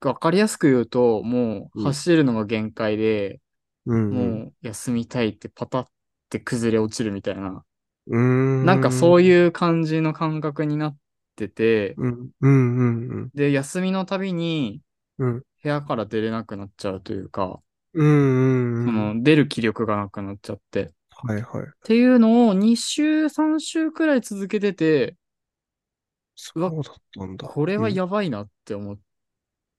[SPEAKER 2] う、わかりやすく言うと、もう
[SPEAKER 1] うん。
[SPEAKER 2] 走るのが限界で、
[SPEAKER 1] うん
[SPEAKER 2] もう休みたいってパタって崩れ落ちるみたいな、
[SPEAKER 1] う
[SPEAKER 2] なんか
[SPEAKER 1] ん。うー。
[SPEAKER 2] そうんいう感じの感覚になってて、
[SPEAKER 1] うん。うんうん
[SPEAKER 2] で、休みのたびに
[SPEAKER 1] うん。うん。
[SPEAKER 2] 部屋から出れなくなっちゃうというか、
[SPEAKER 1] うんうん
[SPEAKER 2] そ
[SPEAKER 1] うん。
[SPEAKER 2] の出る気力がなくなっちゃって、
[SPEAKER 1] はいはい。
[SPEAKER 2] っていうのを2週、3週くらい続けてて、
[SPEAKER 1] そう
[SPEAKER 2] わ、
[SPEAKER 1] うだったんだ。
[SPEAKER 2] これ
[SPEAKER 1] う
[SPEAKER 2] は
[SPEAKER 1] ん。
[SPEAKER 2] やばいなって思っ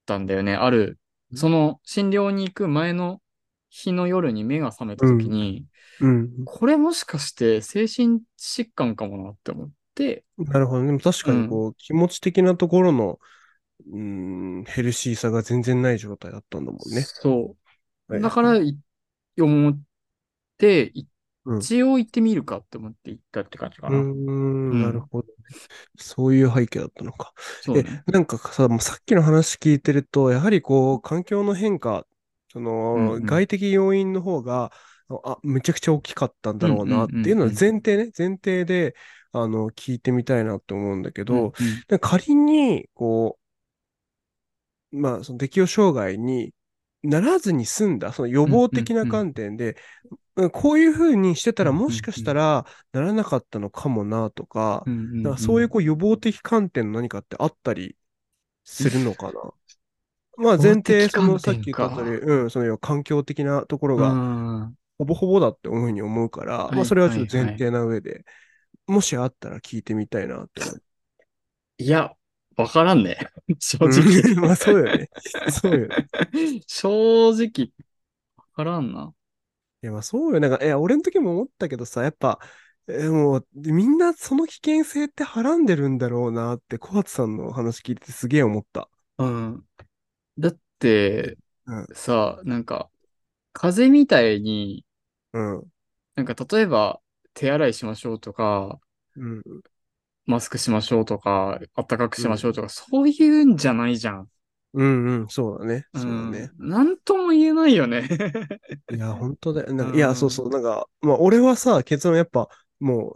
[SPEAKER 2] たんだよね。ある、その診療に行く前の日の夜に目が覚めた
[SPEAKER 1] う
[SPEAKER 2] 時
[SPEAKER 1] ん。
[SPEAKER 2] に、
[SPEAKER 1] うん。
[SPEAKER 2] これもしかして精神疾患かもなって思って、
[SPEAKER 1] なるほどね。でも確
[SPEAKER 2] う
[SPEAKER 1] かに
[SPEAKER 2] ん、
[SPEAKER 1] こう、気持ち的なところの、うーん、ヘルシーさが全然ない状態だったんだもんね。
[SPEAKER 2] そ
[SPEAKER 1] は
[SPEAKER 2] う。
[SPEAKER 1] い
[SPEAKER 2] だ
[SPEAKER 1] は
[SPEAKER 2] から
[SPEAKER 1] い。
[SPEAKER 2] い、思って、
[SPEAKER 1] うん。
[SPEAKER 2] 一応行ってみるかって思って行ったって感じか
[SPEAKER 1] うー、
[SPEAKER 2] な。うん
[SPEAKER 1] なる
[SPEAKER 2] ん。
[SPEAKER 1] ほど。そういう背景だったのか。
[SPEAKER 2] そう
[SPEAKER 1] え、
[SPEAKER 2] ね。
[SPEAKER 1] なんかさ、もうさっきの話聞いてると、やはりこう、環境の変化、そ
[SPEAKER 2] うん
[SPEAKER 1] の、
[SPEAKER 2] うん。
[SPEAKER 1] 外的要因の方が、あ、めちゃくちゃ大きかったん
[SPEAKER 2] う
[SPEAKER 1] だ
[SPEAKER 2] ん
[SPEAKER 1] ろう
[SPEAKER 2] う
[SPEAKER 1] なっていうんの
[SPEAKER 2] う
[SPEAKER 1] は
[SPEAKER 2] ん
[SPEAKER 1] 前提ね、前提で、あの、聞いてみたいなって思うんだけ
[SPEAKER 2] うん。
[SPEAKER 1] ど、
[SPEAKER 2] うんうん。
[SPEAKER 1] で仮に、こう、まあ、その適応障害にならずに済んだ、その予
[SPEAKER 2] うん
[SPEAKER 1] 防
[SPEAKER 2] うん
[SPEAKER 1] 的な
[SPEAKER 2] うん。
[SPEAKER 1] 観点で、うんこういうふうにしてた
[SPEAKER 2] う
[SPEAKER 1] ら
[SPEAKER 2] ん
[SPEAKER 1] も
[SPEAKER 2] う
[SPEAKER 1] し
[SPEAKER 2] ん
[SPEAKER 1] か
[SPEAKER 2] う
[SPEAKER 1] した
[SPEAKER 2] ん。
[SPEAKER 1] らならなかったのかもなとか、
[SPEAKER 2] うんう
[SPEAKER 1] なん
[SPEAKER 2] ん
[SPEAKER 1] か
[SPEAKER 2] う。
[SPEAKER 1] そういうんこう予防的観点の何かってあったりするの
[SPEAKER 2] (laughs)
[SPEAKER 1] かな。まあ前提、
[SPEAKER 2] 法的
[SPEAKER 1] その
[SPEAKER 2] 観
[SPEAKER 1] さっき
[SPEAKER 2] 点
[SPEAKER 1] 言った通り、
[SPEAKER 2] か。
[SPEAKER 1] うん、その要は環境的なところ
[SPEAKER 2] う
[SPEAKER 1] が
[SPEAKER 2] ん。は
[SPEAKER 1] ほぼほぼだって思うふうに思うから、まあ
[SPEAKER 2] い
[SPEAKER 1] それは
[SPEAKER 2] は
[SPEAKER 1] ちょっ
[SPEAKER 2] い
[SPEAKER 1] と前
[SPEAKER 2] はい。
[SPEAKER 1] 提な上で、もしあったら聞いてみたいなって思う。
[SPEAKER 2] いや、わからんね。 (laughs) 正直。
[SPEAKER 1] うん、 (laughs) まあそうよね。そうよね。
[SPEAKER 2] (laughs) 正直、わからんな。
[SPEAKER 1] いや、まあそうよ。なんか、いや、俺の時も思ったけどさ、やっぱ、えーもう、みんなその危険性ってはらんでるんだろうなって、小松さんの話聞いててすげえ思った。
[SPEAKER 2] うん。だって、
[SPEAKER 1] うん、
[SPEAKER 2] さ、なんか、風邪みたいに、
[SPEAKER 1] うん、
[SPEAKER 2] なんか例えば、手洗いしましょうとか、
[SPEAKER 1] うん、
[SPEAKER 2] マスクしましょうとか、あったかく
[SPEAKER 1] う
[SPEAKER 2] しまし
[SPEAKER 1] ん、
[SPEAKER 2] ょうとか、そういうんじゃないじゃん。
[SPEAKER 1] うん、うんそうだね。
[SPEAKER 2] う
[SPEAKER 1] そうだ
[SPEAKER 2] ん。
[SPEAKER 1] ね。
[SPEAKER 2] なんとも言えない
[SPEAKER 1] (laughs)
[SPEAKER 2] よね。
[SPEAKER 1] いや、本当だよ。
[SPEAKER 2] う
[SPEAKER 1] なんか、いや、そうそ
[SPEAKER 2] ん。
[SPEAKER 1] う。なんか、まあ、俺はさ、結論やっぱ、も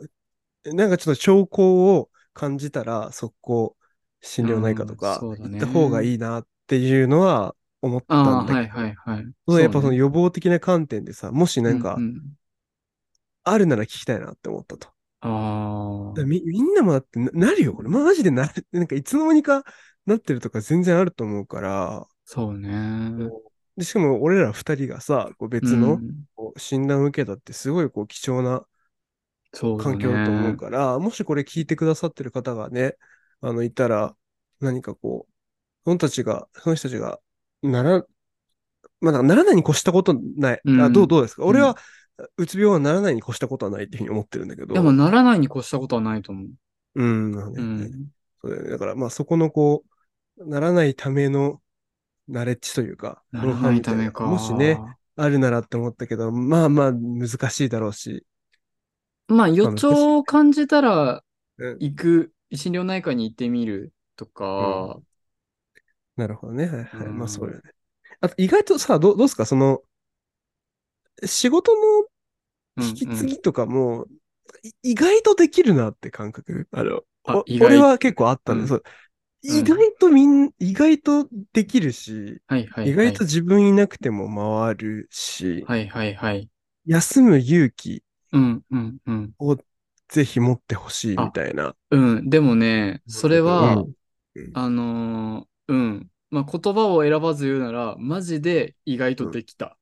[SPEAKER 1] う、なんかちょっと兆候を感じたら、速攻心療内科とか
[SPEAKER 2] うんそうだ
[SPEAKER 1] 行
[SPEAKER 2] ね
[SPEAKER 1] った方がいいなっていうのは思った
[SPEAKER 2] あ
[SPEAKER 1] ん
[SPEAKER 2] あ、は
[SPEAKER 1] だ
[SPEAKER 2] いはいはい。
[SPEAKER 1] けど、やっぱそ
[SPEAKER 2] そう
[SPEAKER 1] の
[SPEAKER 2] ね
[SPEAKER 1] 予防的な観点でさ、もしなんか
[SPEAKER 2] う、ん
[SPEAKER 1] あるなら聞きたいなって思ったと。
[SPEAKER 2] ああ
[SPEAKER 1] だから。みみんなもだってななるよ、これ。マジでなる。なんかいつの間にかなってるとか全然あると思うから。
[SPEAKER 2] そうね。
[SPEAKER 1] で、しかも俺ら二人がさ、こう別
[SPEAKER 2] う
[SPEAKER 1] の
[SPEAKER 2] ん
[SPEAKER 1] こう診断を受けたってすごいこう貴重な
[SPEAKER 2] そうだね
[SPEAKER 1] 環境だと思うから、もしこれ聞いてくださってる方がね、あの、いたら、何かこう、その人たちが、その人たちが、なら、まあ、ならないに越したことない。
[SPEAKER 2] う
[SPEAKER 1] あ
[SPEAKER 2] ん
[SPEAKER 1] どう、どうですか、
[SPEAKER 2] ん
[SPEAKER 1] 俺は、うつ病はならないに越したことはないっていうふうに思ってるんだけど。
[SPEAKER 2] でも、ならないに越したことはないと思う。
[SPEAKER 1] うん、まあね
[SPEAKER 2] うん。
[SPEAKER 1] そうだよね。だから、まあ、そこのこう、ならないための、ナレッジというか、
[SPEAKER 2] ならないためか。
[SPEAKER 1] ノウハウみたいなもしね、。あるならって思ったけど、まあまあ、難しいだろうし。
[SPEAKER 2] まあ予兆を感じたら
[SPEAKER 1] うん
[SPEAKER 2] 行く、診療内科に行ってみるとか、
[SPEAKER 1] なるほどね。はいはい。
[SPEAKER 2] うん
[SPEAKER 1] まあそうよね。あと意外とさ、どうどうすかその、仕事
[SPEAKER 2] うん
[SPEAKER 1] の引き
[SPEAKER 2] うん
[SPEAKER 1] 継ぎとかも、い意外とできるなって感覚あの、
[SPEAKER 2] あ
[SPEAKER 1] お
[SPEAKER 2] 意外
[SPEAKER 1] 俺は結構あったん
[SPEAKER 2] う
[SPEAKER 1] で
[SPEAKER 2] ん
[SPEAKER 1] す。そう
[SPEAKER 2] うん
[SPEAKER 1] 意外とみん、意外とできるし、
[SPEAKER 2] はいはいはい。
[SPEAKER 1] 意外と自分いなくても回るし、
[SPEAKER 2] はいはいはい。
[SPEAKER 1] 休む勇気
[SPEAKER 2] うんうんうん。
[SPEAKER 1] ぜひ持ってほしいみたいな。
[SPEAKER 2] うん。でもね、それは、
[SPEAKER 1] うん
[SPEAKER 2] あのーうん。まあ言葉を選ばず言うなら、マジで意外とできた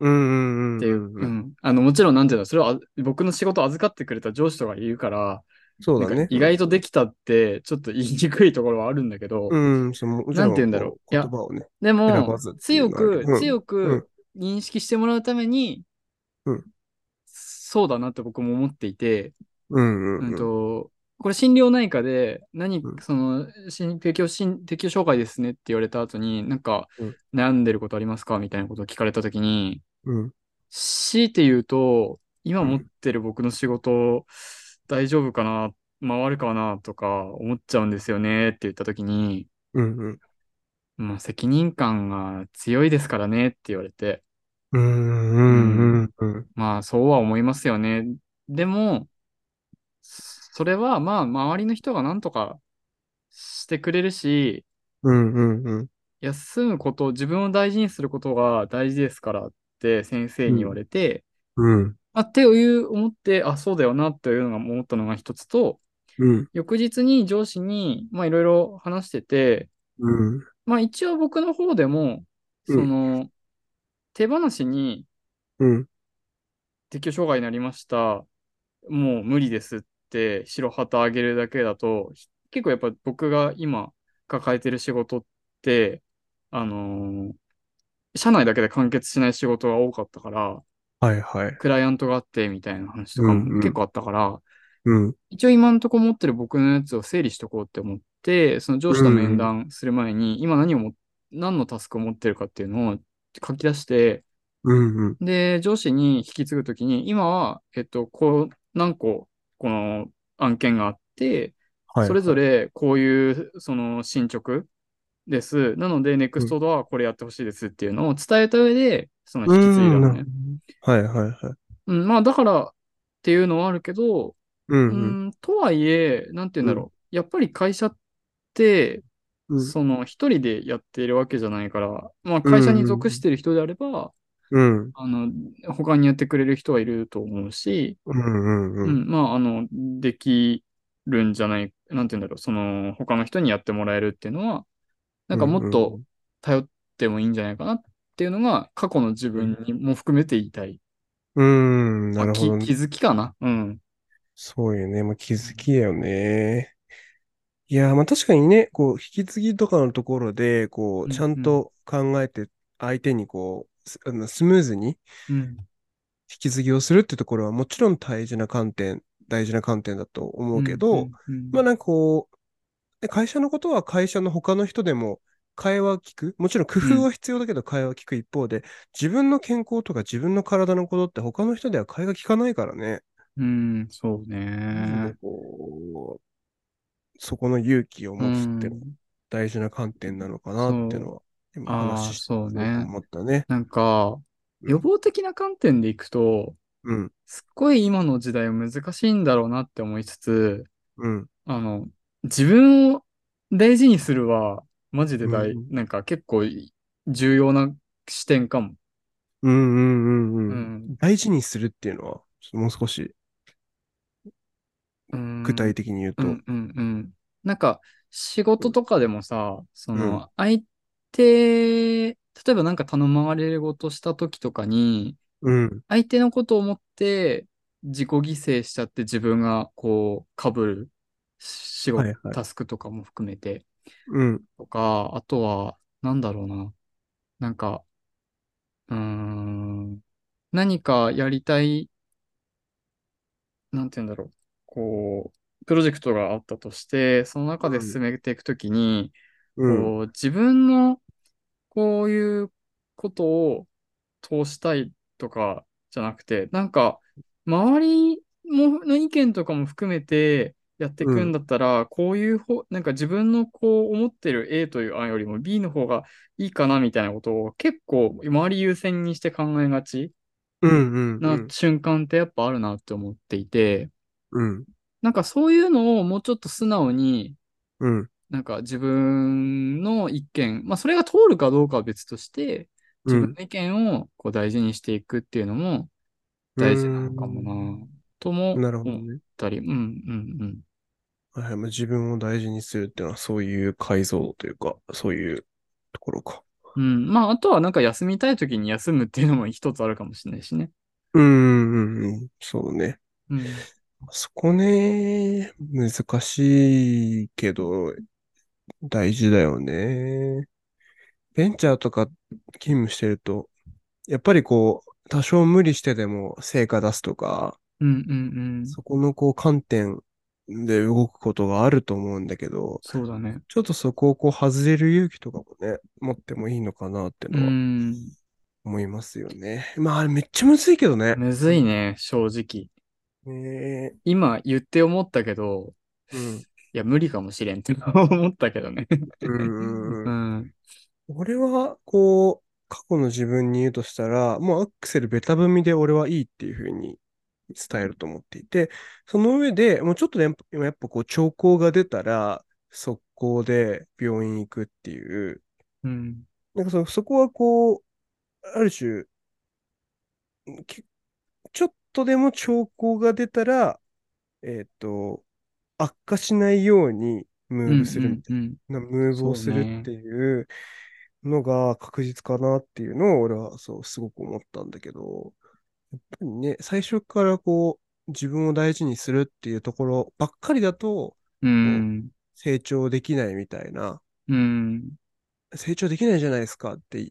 [SPEAKER 1] うんうんうん。
[SPEAKER 2] っていう。
[SPEAKER 1] ん
[SPEAKER 2] うん。あの、もちろんなんていうの、それはあ僕の仕事を預かってくれた上司とかいるから、
[SPEAKER 1] そうだ
[SPEAKER 2] なん
[SPEAKER 1] ね
[SPEAKER 2] か。意外とできたって、ちょっと言いにくいところはあるんだけど、
[SPEAKER 1] うん、その、もちろ
[SPEAKER 2] なんて言うんだろう
[SPEAKER 1] こ
[SPEAKER 2] い
[SPEAKER 1] 言
[SPEAKER 2] や
[SPEAKER 1] 葉をね。
[SPEAKER 2] で
[SPEAKER 1] 選ば
[SPEAKER 2] も
[SPEAKER 1] ずっ、ていう
[SPEAKER 2] 強
[SPEAKER 1] のはある
[SPEAKER 2] く
[SPEAKER 1] けどうん、
[SPEAKER 2] 強く認識してもらうために
[SPEAKER 1] うん、
[SPEAKER 2] そうだなって僕も思っていて、
[SPEAKER 1] うんうん
[SPEAKER 2] うん
[SPEAKER 1] うん。
[SPEAKER 2] と、これ心療内科で、何
[SPEAKER 1] うん、
[SPEAKER 2] その、心適応、心適応障害ですねって言われた後に、なんか
[SPEAKER 1] うん、
[SPEAKER 2] 悩んでることありますかみたいなことを聞かれたときに、
[SPEAKER 1] うん
[SPEAKER 2] 強いて言うと、今
[SPEAKER 1] うん
[SPEAKER 2] 持ってる僕の仕事、大丈夫かな回るかなとか思っちゃうんですよねって言ったときに、
[SPEAKER 1] うんうん。
[SPEAKER 2] もう責任感が強いですからねって言われて、
[SPEAKER 1] うんうんうんうん。
[SPEAKER 2] まあそうは思いますよね。でも、それはまあ周りの人が何とかしてくれるし、
[SPEAKER 1] うんうんうん。
[SPEAKER 2] 休むこと、自分を大事にすることが大事ですからって先生に言われて、
[SPEAKER 1] うん
[SPEAKER 2] あ、っていう思って、あ、そうだよなっていうのが思ったのが一つと、
[SPEAKER 1] うん
[SPEAKER 2] 翌日に上司にまあいろいろ話してて、
[SPEAKER 1] うん
[SPEAKER 2] まあ一応僕の方でも、
[SPEAKER 1] うん
[SPEAKER 2] その、手放しに
[SPEAKER 1] うん
[SPEAKER 2] 適応障害になりました。もう無理ですって、白旗あげるだけだと、ひ結構やっぱ僕が今抱えてる仕事って、あのー社内だけで完結しない仕事が多かったから、
[SPEAKER 1] はいはい。
[SPEAKER 2] クライアントがあってみたいな話とか
[SPEAKER 1] うんうん
[SPEAKER 2] も結構あったから、
[SPEAKER 1] うん
[SPEAKER 2] 一応今のところ持ってる僕のやつを整理しとこうって思って、その上司と面談する前に、今何をも、何のタスクを持ってるかっていうのを書き出して、
[SPEAKER 1] うんうん
[SPEAKER 2] で、上司に引き継ぐときに、今は、えっと、こう、何個、この案件があって、
[SPEAKER 1] はい。
[SPEAKER 2] それぞれこういう、その、進捗です。なので、ネクストドはこれやってほしいですっていうのを伝えた上で、その
[SPEAKER 1] う
[SPEAKER 2] 引き継いだ
[SPEAKER 1] ん
[SPEAKER 2] のね。
[SPEAKER 1] はいはいはい。
[SPEAKER 2] うん、まあ、だからっていうのはあるけど、
[SPEAKER 1] う
[SPEAKER 2] うん
[SPEAKER 1] うん
[SPEAKER 2] ん、とはいえ、なんて言うんだろう。やっぱり会社って、
[SPEAKER 1] うん
[SPEAKER 2] その、一人でやっているわけじゃないから、まあ、会社に属している人であれば、
[SPEAKER 1] うん
[SPEAKER 2] あの、他にやってくれる人はいると思うし、
[SPEAKER 1] うん
[SPEAKER 2] う
[SPEAKER 1] うん
[SPEAKER 2] ん、まあ、あの、できるんじゃない、なんて言うんだろう、その、他の人にやってもらえるっていうのは、なんかもっ
[SPEAKER 1] うんう
[SPEAKER 2] と頼ってもいいんじゃないかなっていうのが、過去の自分にも含めて言いたい。
[SPEAKER 1] うん。うん、
[SPEAKER 2] ま
[SPEAKER 1] な
[SPEAKER 2] あ
[SPEAKER 1] るほど
[SPEAKER 2] き
[SPEAKER 1] ね
[SPEAKER 2] 気。づきかな。うん。
[SPEAKER 1] そうよね。まあ、気づきだよね。いやー、まあ確かにね、こう、引き継ぎとかのところで、こ
[SPEAKER 2] うんう
[SPEAKER 1] う、
[SPEAKER 2] ん
[SPEAKER 1] ちゃんと考えて、相手にこう、スあのスムーズに
[SPEAKER 2] うん。
[SPEAKER 1] 引き継ぎをするってところはもちろん大事な観点、大事な観点だと思うけど、
[SPEAKER 2] うん、うん
[SPEAKER 1] まあなんかこう、で会社のことは会社の他の人でも会話聞く。もちろん工夫は必要だけど会話聞く一方で、自分の健康とか自分の体のことって他の人では会話聞かないからね。
[SPEAKER 2] うん、そうね。
[SPEAKER 1] こうそこの勇気を
[SPEAKER 2] う
[SPEAKER 1] 持つってのは
[SPEAKER 2] ん。
[SPEAKER 1] 大事な観点なのかなっていうのは、今
[SPEAKER 2] ああ、
[SPEAKER 1] 話して
[SPEAKER 2] そうね。
[SPEAKER 1] 思ったね。
[SPEAKER 2] なんか、
[SPEAKER 1] うん
[SPEAKER 2] 予防的な観点でいくと、
[SPEAKER 1] うん、
[SPEAKER 2] すっごい今の時代は難しいんだろうなって思いつつ、
[SPEAKER 1] うん、
[SPEAKER 2] あの、自分を大事にするは、マジで大、
[SPEAKER 1] うん
[SPEAKER 2] なんか結構重要な視点かも。
[SPEAKER 1] うんうんうん
[SPEAKER 2] う
[SPEAKER 1] うん。
[SPEAKER 2] ん。
[SPEAKER 1] 大事にするっていうのは、ちょっともう少し
[SPEAKER 2] うん
[SPEAKER 1] 具体的に言うと。
[SPEAKER 2] う
[SPEAKER 1] うん
[SPEAKER 2] んうんうん。なんか、仕事とかでもさ、そ
[SPEAKER 1] うん
[SPEAKER 2] の、相手、例えばなんか頼まれる事した時とかに、
[SPEAKER 1] うん
[SPEAKER 2] 相手のことを思って自己犠牲しちゃって自分がこう、被る仕事、
[SPEAKER 1] はいはい
[SPEAKER 2] タスクとかも含めて、
[SPEAKER 1] うん
[SPEAKER 2] とか、あとは、なんだろうな。なんか、うーん、何かやりたい、なんて言うんだろう。こう、プロジェクトがあったとして、その中で
[SPEAKER 1] うん
[SPEAKER 2] 進めていくときに、
[SPEAKER 1] うん
[SPEAKER 2] こう、自分のこういうことを通したいとかじゃなくて、なんか、周りもの意見とかも含めてやっていくんだったら、こういう方、なんか自分のこう思ってる A という案よりも B の方がいいかなみたいなことを結構周り優先にして考えがち
[SPEAKER 1] うんう
[SPEAKER 2] なん瞬間ってやっぱあるなって思っていて、
[SPEAKER 1] うん
[SPEAKER 2] なんかそういうのをもうちょっと素直に
[SPEAKER 1] うん
[SPEAKER 2] なんか自分の意見、まあそれが通るかどうかは別として、自分の意見をこう大事にしていくっていうのも大事なのか
[SPEAKER 1] うん
[SPEAKER 2] もな、とも
[SPEAKER 1] なるほど
[SPEAKER 2] 思っ
[SPEAKER 1] ね。
[SPEAKER 2] たり、うんうん
[SPEAKER 1] はいはいまあ自分を大事にするっていうのはそういう解像というか、そういうところか。
[SPEAKER 2] うん。うん、まああとはなんか休みたい時に休むっていうのも一つあるかもしれないしね。
[SPEAKER 1] うんうんうん、そうね。
[SPEAKER 2] うん。
[SPEAKER 1] そこね、難しいけど、大事だよね。ベンチャーとか勤務してると、やっぱりこう、多少無理してでも成果出すとか、
[SPEAKER 2] うんうんうん。
[SPEAKER 1] そこのこう観点で動くことがあると思うんだけど、
[SPEAKER 2] そうだね。
[SPEAKER 1] ちょっとそこをこう外れる勇気とかもね、持ってもいいのかなって
[SPEAKER 2] う
[SPEAKER 1] のは
[SPEAKER 2] ん。
[SPEAKER 1] 思いますよね。まああれめっちゃむずいけどね。
[SPEAKER 2] むずいね、正直。
[SPEAKER 1] ねえ
[SPEAKER 2] 今言って思ったけど、
[SPEAKER 1] うん。
[SPEAKER 2] いや無理かもしれんって思ったけどね。
[SPEAKER 1] うんうん
[SPEAKER 2] (laughs) う
[SPEAKER 1] うん
[SPEAKER 2] ん。
[SPEAKER 1] 俺は、こう、過去の自分に言うとしたら、もうアクセルベタ踏みで俺はいいっていうふうに伝えると思っていて、その上でもうちょっとね、今やっぱこう、兆候が出たら、速攻で病院行くっていう、
[SPEAKER 2] うん。
[SPEAKER 1] なんかそのそこはこう、ある種、きちょっとでも兆候が出たら、えっ、と、悪化しないようにムーブするみたいな。
[SPEAKER 2] うんうんうん
[SPEAKER 1] なムーブをするっていうのが確実かなっていうのを俺はそうすごく思ったんだけど、やっぱりね、最初からこう自分を大事にするっていうところばっかりだと
[SPEAKER 2] うん。
[SPEAKER 1] 成長できないみたいな、
[SPEAKER 2] うん。
[SPEAKER 1] 成長できないじゃないですかって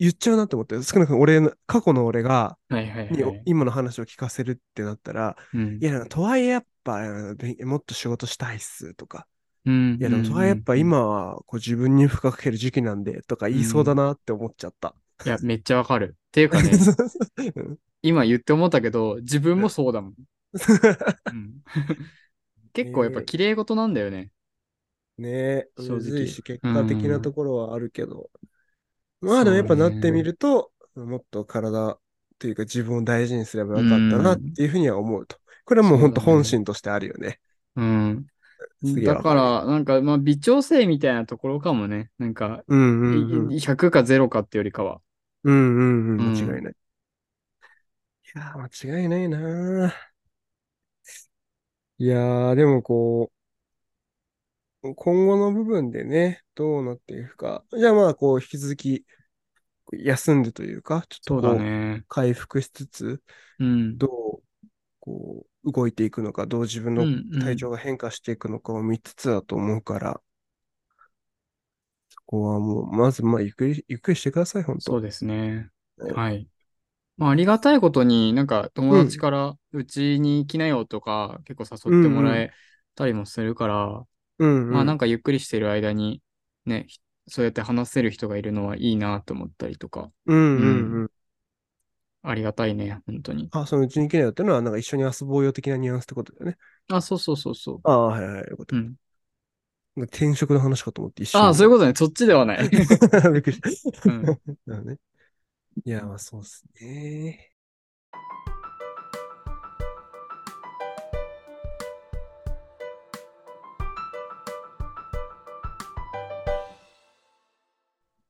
[SPEAKER 1] 言っちゃうなって思って、少なくとも俺の、過去の俺が、
[SPEAKER 2] はいはい
[SPEAKER 1] に
[SPEAKER 2] はい。
[SPEAKER 1] 今の話を聞かせるってなったら、
[SPEAKER 2] うん
[SPEAKER 1] いや、なんかとはいえやっぱ、べんもっと仕事したいっすとか、
[SPEAKER 2] うん
[SPEAKER 1] いや、でも、それはやっぱ。今は、こう自分に負荷かける時期なんで、とか言いそうだなって思っちゃった。
[SPEAKER 2] いや、めっちゃわかる。っていうか
[SPEAKER 1] (laughs)
[SPEAKER 2] ね、今言って思ったけど、自分もそうだもん。うん、 (laughs) 結構やっぱ綺麗事なんだよね。
[SPEAKER 1] ねえ、
[SPEAKER 2] 正直
[SPEAKER 1] むずいし、結果的なところはあるけど。まあ、でもやっぱ
[SPEAKER 2] そう
[SPEAKER 1] な
[SPEAKER 2] ね
[SPEAKER 1] ってみると、もっと体というか自分を大事にすればよかったなっていうふうには思うと。これはもう本当
[SPEAKER 2] そうだね
[SPEAKER 1] 本心としてあるよね。
[SPEAKER 2] うん。
[SPEAKER 1] すげえ
[SPEAKER 2] だ
[SPEAKER 1] わ
[SPEAKER 2] か
[SPEAKER 1] かる
[SPEAKER 2] ら、なんか、まあ、微調整みたいなところかもね。なんか、
[SPEAKER 1] うんうんうん。
[SPEAKER 2] 100か0かってよりかは。
[SPEAKER 1] うんうんうん。
[SPEAKER 2] うん
[SPEAKER 1] 間違いない。いやー、間違いないなー。いやー、でもこう、今後の部分でね、どうなっていくか。じゃあまあ、こう、引き続き、休んでというか、ちょっ
[SPEAKER 2] そう
[SPEAKER 1] と
[SPEAKER 2] だ
[SPEAKER 1] こう、
[SPEAKER 2] ね。
[SPEAKER 1] 回復しつつ、
[SPEAKER 2] うん。
[SPEAKER 1] どう、こう、動いていくのか、どう自分
[SPEAKER 2] う
[SPEAKER 1] の
[SPEAKER 2] んうん
[SPEAKER 1] 体調が変化していくのかを見つつだと思うから、そこはもう、まず、まあ、ゆっくり、ゆっくりしてください、本当
[SPEAKER 2] そうですね
[SPEAKER 1] はい。
[SPEAKER 2] はい。まあ、ありがたいことに、なんか友達からうちに来なよとか、結構誘ってもらえたりもするから、
[SPEAKER 1] うんうん。
[SPEAKER 2] まあなんかゆっくりしてる間に、ね、ひそうやって話せる人がいるのはいいなと思ったりとか、
[SPEAKER 1] うんうんうん。
[SPEAKER 2] ありがたいね、本当に。
[SPEAKER 1] あ、そのうちに来ないよってのは、なんか一緒に遊ぼうよ的なニュアンスってことだよね。
[SPEAKER 2] あ、そうそうそうそ
[SPEAKER 1] ああ、はいはい、よかっ
[SPEAKER 2] う。
[SPEAKER 1] た
[SPEAKER 2] うん。
[SPEAKER 1] 転職の話かと思って一緒に。
[SPEAKER 2] あそういうことね。そっちでは
[SPEAKER 1] (laughs)
[SPEAKER 2] ない。
[SPEAKER 1] とびっくりした。
[SPEAKER 2] うん
[SPEAKER 1] だよね。いや、まあそうっすね。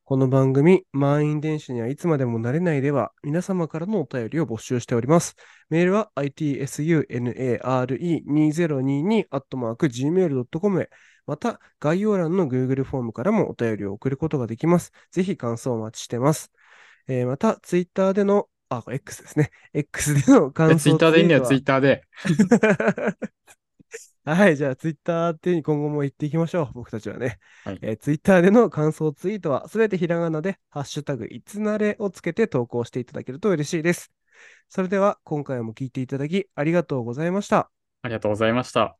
[SPEAKER 1] この番組、満員電車にはいつまでもなれないでは、皆様からのお便りを募集しております。メールは itsunare2022-gmail.com へ、また概要欄の Google フォームからもお便りを送ることができます。ぜひ感想をお待ちしてます。えーまた、Twitter での、あ、これ X ですね。X での感想
[SPEAKER 2] ツイッターでいいんだよ、ツイッターで。
[SPEAKER 1] (laughs) はい、じゃあツイッターっていうに今後も言っていきましょう、僕たちはね。
[SPEAKER 2] はい
[SPEAKER 1] えツイッター Twitter での感想ツイートはすべてひらがなで、ハッシュタグいつなれをつけて投稿していただけると嬉しいです。それでは今回も聞いていただきありがとうございました。
[SPEAKER 2] ありがとうございました。